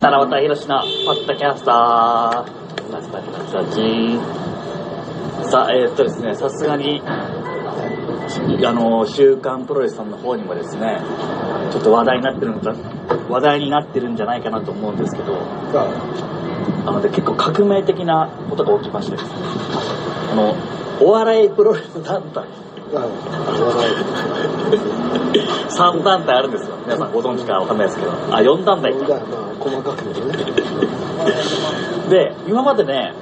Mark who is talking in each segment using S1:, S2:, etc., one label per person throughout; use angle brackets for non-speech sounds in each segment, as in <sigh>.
S1: 七夕ひろしのポッドキャスター。夏だ夏だち。さあ、えーっとですね、さすがに、あの、週刊プロレスさんの方にもですね、ちょっと話題になってるのか、話題になってるんじゃないかなと思うんですけど、あので結構革命的なことが起きましてですね、あの、お笑いプロレス団体、3団体あるんですよ。皆さんご存知かわかんないですけど、あ、4団体か。
S2: 細かくね。
S1: で、今までね、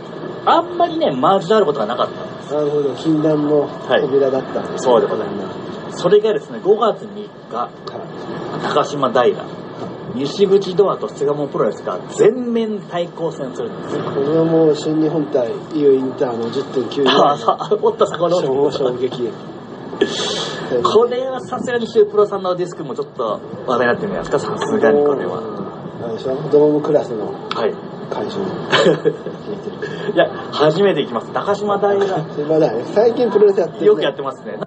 S1: あんまりね、マージであることがなかった。
S2: なるほど、禁断の扉だったんです、
S1: そうでございそれがですね、5月3日、高島平、西口ドアと巣鴨プロレスが全面対抗戦するんですよ。
S2: これはもう新日本対 U インターの10.9
S1: ああ、おった、そこの。
S2: の衝撃。
S1: これはさすがにシュープロさんのディスクもちょっと話題になってるんじゃないですか、さすがにこれは。
S2: あれでしょドームクラスの
S1: はい。
S2: 会場に
S1: いや、初めて行きます。高島平。 <laughs>
S2: それまだね、最近プロレスやってる、ね。
S1: よくやってますね。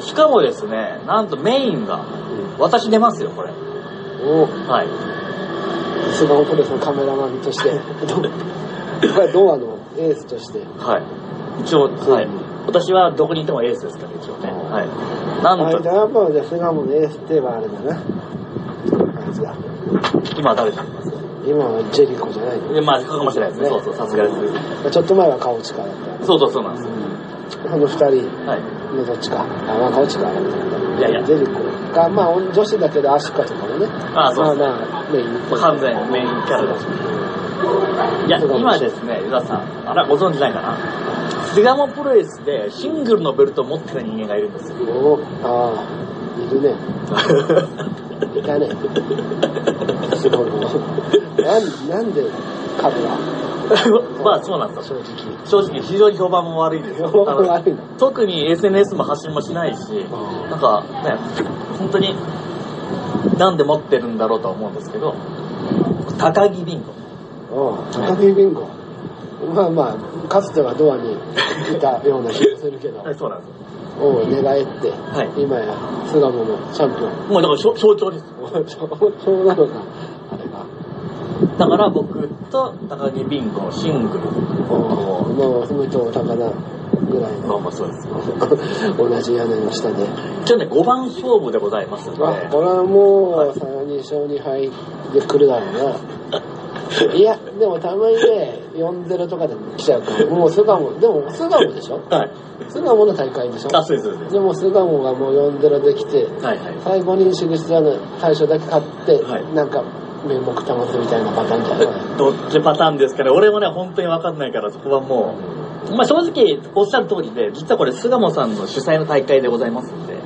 S1: しかもですね、なんとメインが、私出ますよ、これ。
S2: お
S1: はい。
S2: スマホプロレスのカメラマンとして、やっぱりドアのエースとして、
S1: はい。一応、はい。私はどこにいてもエースですから、一応ね。はい。な
S2: あれ
S1: んと、
S2: だ、やっぱじゃあ巣鴨のエースって言えばあれだな。あいつだ。
S1: 今は誰だます
S2: 今はジェリコじゃないの。
S1: でまあ、かもしれないですね。そうそう、さすがです。
S2: ちょっと前は顔近だった。
S1: そうそう、そうなんですよ。
S2: あの二人
S1: はい。
S2: のどっちか。あ、まあ顔近だった。
S1: いやいや
S2: ジェリコが、まあ女子だけどアシカとかもね。
S1: ああ、そうですね
S2: まあまあ、メイン。
S1: 完全にメインキャラだし。いや、今ですね、ユダさん、あら、ご存知ないかな。巣鴨プロレスでシングルのベルトを持ってる人間がいるん <laughs> ですよ。
S2: おああ、いるね。いたね。すごいも
S1: <laughs>
S2: うなん、なんで株が
S1: まあ、そうなんですよ。
S2: 正直。
S1: 正直、非常に評判も悪いん <laughs> ですよ。
S2: 評判も <laughs> 悪いの
S1: あの特に SNS も発信もしないし、なんかね、本当に、なんで持ってるんだろうとは思うんですけど、高木ビンゴ。
S2: おう高木ビンゴ。まあまあ、かつてはドアにいたような気がするけど、
S1: そうなんですよ。
S2: おう、願えって、
S1: い
S2: 今や巣鴨のチャンピオン。
S1: もうだから象象徴です。
S2: そうそうなのか、あれが。
S1: だから僕と高木ビンゴのシングル。
S2: おうもう、ふむと高田ぐらい
S1: ま
S2: の
S1: あまあそうです。
S2: 同じ屋根の下で。
S1: 一応ね、5番勝負でございますので、
S2: あ、これはもう、さらに勝2敗で来るだろうな。いや、でもたまにね、4-0とかでも来ちゃうから、もう巣鴨、でも巣鴨でしょ
S1: はい。
S2: 巣鴨の大会でし
S1: あ、
S2: ょ
S1: そうです、そうです。
S2: でも巣鴨がもう4-0で来て、
S1: はいはい。
S2: 最後にシグスラの大将だけ勝って、
S1: はい
S2: なんか面目保つみたいなパターンじゃない
S1: どっちパターンですかね俺もね、本当に分かんないから、そこはもう、まあ、正直、おっしゃる通りで、実はこれ、巣鴨さんの主催の大会でございますんで、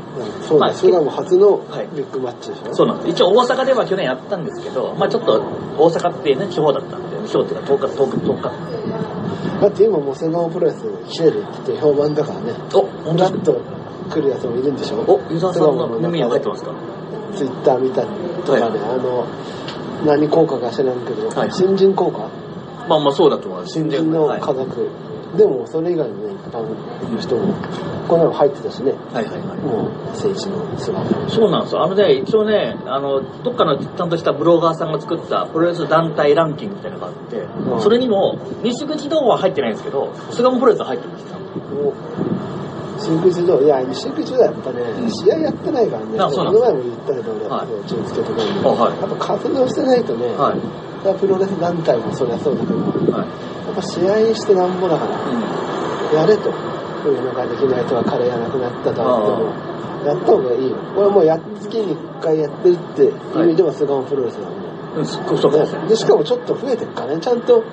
S2: そう
S1: ま
S2: だ、
S1: あ
S2: 巣鴨初の
S1: はい
S2: ビッグマッチでしょ、
S1: そうなんです。一応、大阪では去年やったんですけど、まあ、ちょっと、大阪ってね、地方だったんで、地方っていうか、10日、10日、10
S2: だって今もう巣鴨プロレス来てるって評判だからね、
S1: 日。お、
S2: フ
S1: 本
S2: ラ
S1: 当
S2: ッ
S1: に
S2: と来るやつもいるんでしょ
S1: お、湯沢さんの耳に入ってますか
S2: ツイッター見たとかね、あの、何効果か知らんけど、
S1: はい
S2: 新人効果
S1: まあまあ、そうだと思います。
S2: 新人の
S1: はい。
S2: 家族、でもそれ以外のね、一般の人も、こんなの入ってたしね、
S1: はいはいはい。
S2: もう政治の姿も。
S1: そうなんですよ。あのね、一応ね、あの、どっかのちゃんとしたブロガーさんが作ったプロレス団体ランキングみたいなのがあって、
S2: ん
S1: それにも、西口動画は入ってないんですけど、菅鴨プロレスは入ってました。
S2: もうシンク中いや、シンク中だやっぱね、試合やってないからね、
S1: あそう
S2: こ
S1: な
S2: の
S1: んです
S2: 前も言ったけど、俺、
S1: はい
S2: 気をつけとかに、
S1: あはい
S2: やっぱ活動してないとね、
S1: はい。
S2: やっぱプロレス団体もそりゃそうだけど、や
S1: はい。
S2: っぱ試合してなんぼだから、
S1: うん。
S2: やれというのができないとは彼やなくなったとは言ってもやった方がいいよこれはもうや月に1回やってるって意味では巣鴨プロレスなん
S1: うん、そうそうです
S2: で,、
S1: ね。
S2: でしかもちょっと増えてるからねちゃんと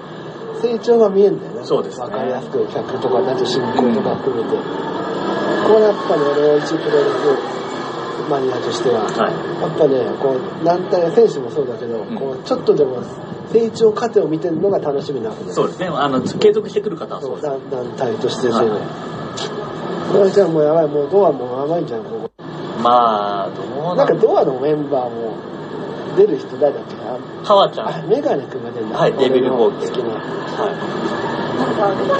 S2: 成長が見えんだよね
S1: そうですね
S2: 分かりやすく客とかだと進行とか含めて、これやっぱね俺は一プロレスマニアとしては、
S1: は
S2: やっぱねこう団体選手もそうだけど、
S1: うん
S2: こうちょっとでも成長過程を見てるのが楽しみなわけ
S1: い。
S2: です
S1: そうですね。あの、継続してくる方はそうです。
S2: 団団体としてそういうの、
S1: は
S2: これじゃあもうやばいもうドアもやばいんじゃんこ
S1: まあ、ど
S2: こ
S1: う
S2: な
S1: なんん
S2: か
S1: だ
S2: ドアのメンバーも出る人誰だっけな
S1: かわちゃん。
S2: あメガネ組までんだ
S1: はいデビルボーイ
S2: 好きな
S1: はい。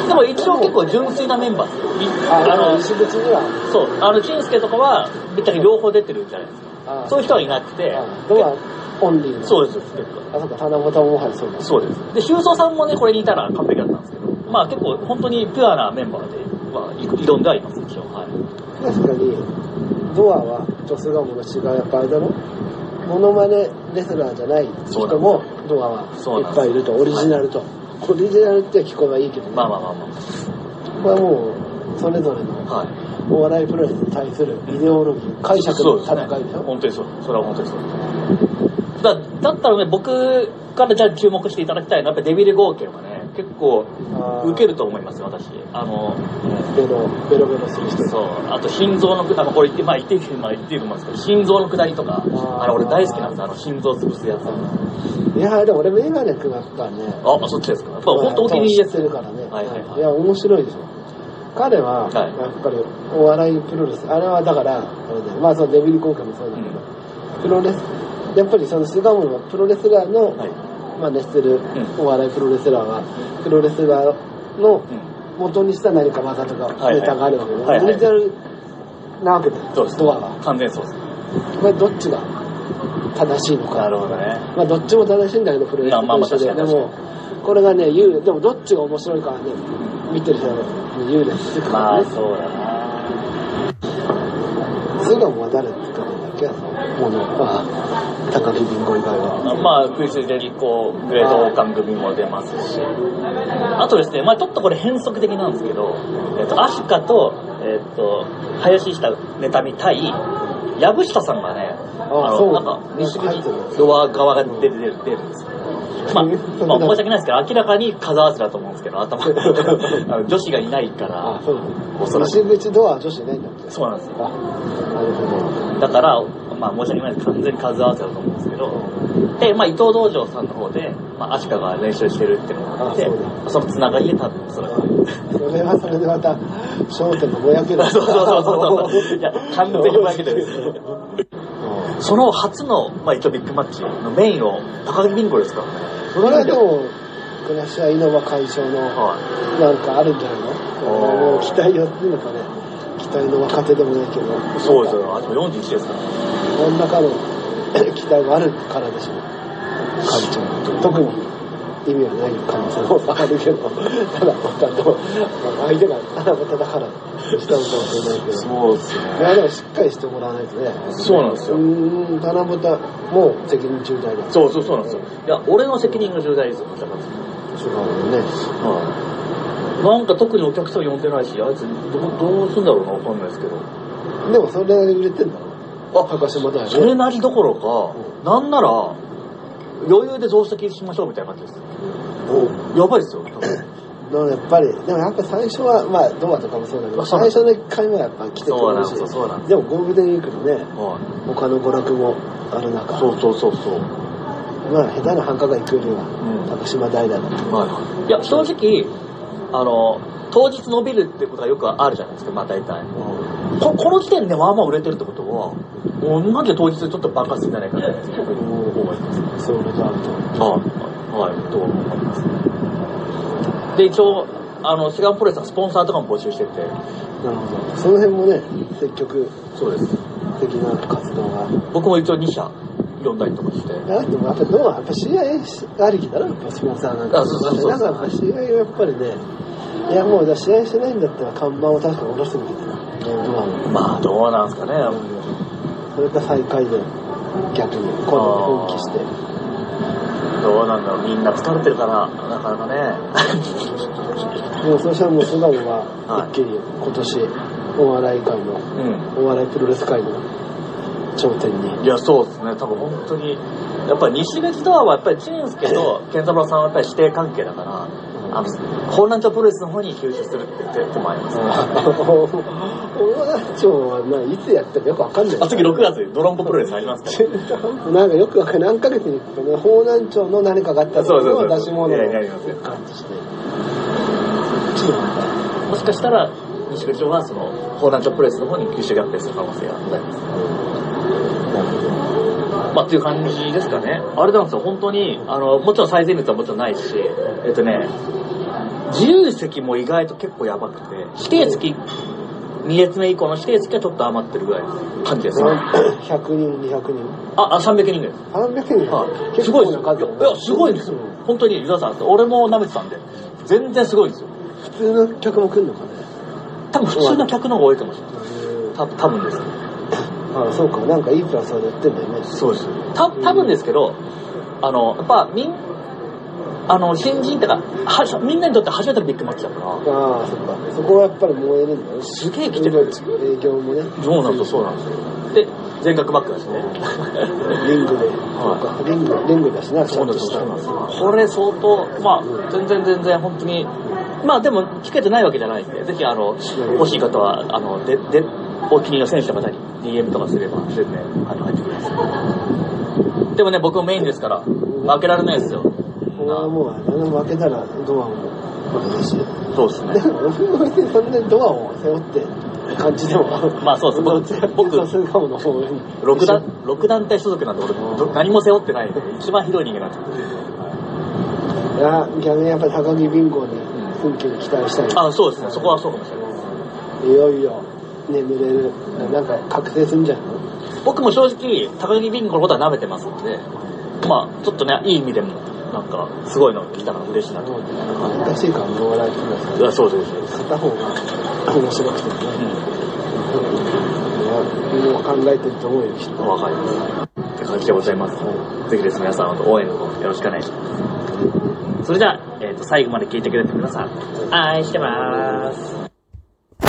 S1: でも一応結構純粋なメンバーですよ。い
S2: あ
S1: あ
S2: の
S1: の、
S2: 石口には
S1: そう。あの、俊介とかは、ぶっちゃけ両方出てるんじゃないですか。
S2: あああ
S1: そういう人はいなくて、
S2: あでも、オンリーの。。
S1: そううですよ、結構。
S2: あ、そうか、七夕もはりそうだ。
S1: そうです。で、修造さんもね、これにいたら完璧だったんですけど、まあ結構本当にピュアなメンバーで、まあ、い挑んではいます、一応。はい。
S2: 確かに、ドアは女性がもの違う、やっぱあれだろモノマネレスラーじゃない人も、ドア
S1: そう
S2: は
S1: ないんです
S2: っぱいいると、オリジナルと。オリジナルって聞こえはいいけど、
S1: まあまあまあま
S2: これはもう、それぞれの
S1: あ。はい。
S2: お笑いプロレスに対するイデオロギー、解釈の戦
S1: そうす
S2: いでし
S1: ね
S2: ょ
S1: 本当にそう。それは本当にそう。だだったらね、僕からじゃあ注目していただきたいのは、やっぱデビル合計はね、結構受け
S2: る。
S1: ると思いますよ、私。あの、
S2: ベロ、ベロベロする人。
S1: そう。あと、心臓のくだり、まあこれ言って、まあ言っていい、まあ言っていいと思うんですけど、心臓のくだりとか、
S2: ー
S1: あれ俺大好きなんですあの、心臓潰すやつ。
S2: いやーでも俺メガネくんやっぱね、
S1: あ、そっちですか。やっぱ本当お気に入りです
S2: 知ってるからね。
S1: はいはいはい
S2: や、面白いでしょ。彼は、
S1: はい
S2: やっぱりお笑いプロレス、あれはだから、あれだよまあそのデビル効果もそうだけど、プロレス、やっぱりその菅森はプロレスラーの、
S1: はい。
S2: まあ、熱す
S1: ん
S2: るお笑いプロレスラーは、プロレスラーの
S1: うん。
S2: 元にした何か技と
S1: いは
S2: か
S1: い
S2: ネタがあるわけで、
S1: はいはい
S2: オリジナルなわけだよ、
S1: そうです
S2: ドアは。
S1: 完全にそうです。
S2: これどっちが正しいのか。
S1: なるほどね。
S2: まあ、どっちも正しいんだけど、プロレス
S1: まあまあまあ
S2: と一緒で。で
S1: 確かに
S2: も、これがね、優劣、でもどっちが面白いかはね、見てる人はね優劣つく
S1: ま
S2: から
S1: あ、
S2: ね。
S1: そうだな。
S2: 菅野は誰って言うんだっけあの、もの、まあ、高木銀行以外は。
S1: まあ、クイズでリコ、グレートオーカン組も出ますし。あとですね、まあちょっとこれ変則的なんですけど、えっと、アシカと、えっと、林下妬み対、藪下さんがね、あ
S2: ああ、そう
S1: なんか、
S2: 西入ってる。
S1: ドア側が出て出る出るんですよ。 <laughs> まあ、まあ申し訳ないですけど、明らかに数合わせだと思うんですけど、 <laughs> 頭。あの女子がいないか
S2: ああ
S1: ら、
S2: そう
S1: おそらく
S2: 西口ドアは女子いないんだって。
S1: そうなんですよ。
S2: あ、なるほ
S1: だから、まあ、申し訳ないです。完全に数合わせだと思うんですけど。で、まあ、伊藤道場さんの方で、まあ、アシカが練習してるっていうのがあって
S2: あそ
S1: そ
S2: う、
S1: のつながりでたんです。それは
S2: ど。それはそれでまた、焦点のぼやけだ。
S1: そうそうそうそうそう。いや、完全に負
S2: <laughs>
S1: けてる。
S2: うん
S1: その初の、まあ、一応ビッグマッチのメインを、高木ビンゴですからね。
S2: それはでも、暮らしは稲葉解消の、
S1: は
S2: なんかあるんじゃない
S1: お
S2: の
S1: ー
S2: もう期待やってるのかね期待の若手でもないけど
S1: い。そうです
S2: よ
S1: よ。あと41ですからね。
S2: 何らかの <coughs> 期待があるからでしょ会長特に意味はない可能性もあるけどただまたと相手がただまただからしたのかもしれないけど
S1: そうです
S2: いやでもしっかりしてもらわないとね
S1: そうなんですよ
S2: うーん七夕もう責任重大だ
S1: そうそうそうなんですよ。いや、俺の責任が重大ですよ、高木
S2: 違うもんね
S1: はい。なんか特にお客さん呼んでないし、あいつどどうすんだろうな、わかんないですけど。
S2: でもそれなりに売れてんだろあ高島だよね
S1: それなりどころか、なんなら、余裕で増席しましょうみたいな感じです。
S2: お
S1: やばい <laughs> ですよ、多分
S2: でもやっぱり、でもやっぱ最初は、まあ、ドアとかもそうだけど、
S1: そう
S2: 最
S1: なんです
S2: 初の1回目はやっぱ来てく
S1: そう
S2: れ
S1: なん
S2: る
S1: ですよ、
S2: し、
S1: そうなんです
S2: でもゴールデンウィークのね、
S1: よ。はい
S2: 他の娯楽もある中、
S1: そうそうそうそう。
S2: まあ、下手な繁華街行くよりは、
S1: うん。
S2: 高島平だと。
S1: はい。いや、正直、あの、当日伸びるってことがよくあるじゃないですか、まあ大体。ここの時点でまあまあ売れてるってことは、もうなんで当日ちょっと爆発するんじゃないかなって僕に思います。
S2: それがあると。
S1: はい、はい、と思いますね。で、一応、あの、シガンプロレスはスポンサーとかも募集してて、
S2: なるほど。その辺もね、積極
S1: そうです。
S2: 的な活動が。
S1: 僕も一応2社呼んだりとかして、
S2: いやだってもうやっぱドア、やっぱ CI ありきだろ、やっぱスポンサーなんか。
S1: あそうそうそう
S2: だからやっぱ CI はやっぱりね、いやもう、じゃあ試合してないんだったら看板を確かに下ろしてみてな、ドアも。
S1: まあどうなんすかね、
S2: それか最下位で逆に今度奮起して
S1: どうなんだろう、みんな疲れてるから、なかなかね、
S2: でもそしたらもう菅野
S1: は
S2: はい一気に今年お笑い界の
S1: う
S2: お笑いプロレス界の頂点
S1: <laughs>
S2: に
S1: ん。いや、そうですね、多分本当に、やっぱり西口ドアはやっぱりチェーンスケと健三郎さんはやっぱり指定関係だから、あの、本南町プロレスの方に吸収するって手手もありますね。
S2: 大田町はないつやってもよくわかんない
S1: あ、次6月にドロンコプロレスありますから。
S2: <laughs> なんかよくわかんない何ヶ月に行くかね方南町の何かがあっ
S1: <laughs>
S2: た
S1: そう
S2: 時
S1: そうそう
S2: の出し物を
S1: いやいやいやいや
S2: 感じしてちょっと待って
S1: もしかしたら、西口はその、方南町プロレスの方に吸収合併する可能性がございます。
S2: なるほど
S1: まあ、っていう感じですかね。あれなんですよ、本当に、あの、もちろん最前列はもちろんないし、えっとね、自由席も意外と結構やばくて、指定席2列目以降の指定席がちょっと余ってるぐらいの感じですね。
S2: 100人、200人。
S1: あ、あ300人ぐらいです。
S2: 300人
S1: は
S2: が
S1: い、す
S2: 結
S1: ごい
S2: 構
S1: です
S2: な
S1: よ。
S2: 数
S1: いや、いやすごいんですよ
S2: う。
S1: 本当に、湯沢さん、俺も舐めてたんで、全然すごいんですよ。
S2: 普通の客も来るのかね。
S1: 多分普通の客の方が多いかもしれない。た多分です。
S2: ああ、そうか。なんかいいプラスはやってんだよね。
S1: そうです。た多分ですけど、あの、やっぱ、みん、あの、新人ってか、はみんなにとって初めてのビッグマッチだから、
S2: ああ、そっか。そこはやっぱり燃えるんだね。
S1: すげえ来てくれるんですよ。
S2: 営業もね。
S1: そうなんですよ、そうなんですよ。で、全額バックだしね。
S2: リングで。そうかリング、リングだしな、ち
S1: そ
S2: ゃ
S1: うんなんで
S2: と
S1: す
S2: した。
S1: そうなんですこれ相当、まあ、全然全然本当に、まあでも、チケットないわけじゃないんで、ぜひ、あの、欲しい方は、あの、で、で、お気に入りの選手の方に DM とかすれば、全然、あの、入ってくれます。でもね、僕もメインですから、負けられないですよ。
S2: これはもう、あれだね負けたらドアも負けだし。
S1: そうです
S2: で
S1: ね。
S2: も、別にそんなにドアを背負って感じでも、
S1: <laughs> まあそうです僕僕
S2: 僕、さすがもの方に。
S1: 六段、六団体所属なんで、俺、ど何も背負ってないんで、一番ひどい人間なんですよ
S2: いや、逆にやっぱり高木ビンゴに、奮起に期待したい。
S1: あ、そうですね。そこはそうかもしれないです。
S2: いよいよ、眠れる。なんか、確定すんじゃん。
S1: 僕も正直、高木ビンゴのことは舐めてますんで、まあ、ちょっとね、いい意味でも、なんか、すごいの来たから嬉しいなと。
S2: 難しいから、お笑いっていうの
S1: いや、そうです。
S2: は、片方が面白くてね。いや、もう考えてると思うよ、きっ
S1: うん、
S2: と。
S1: わかります。って感じでございます。ぜひですね、皆さんの応援の方、よろしくお願いします。それでは、えっ、と、最後まで聞いてくれて皆さん、愛してます。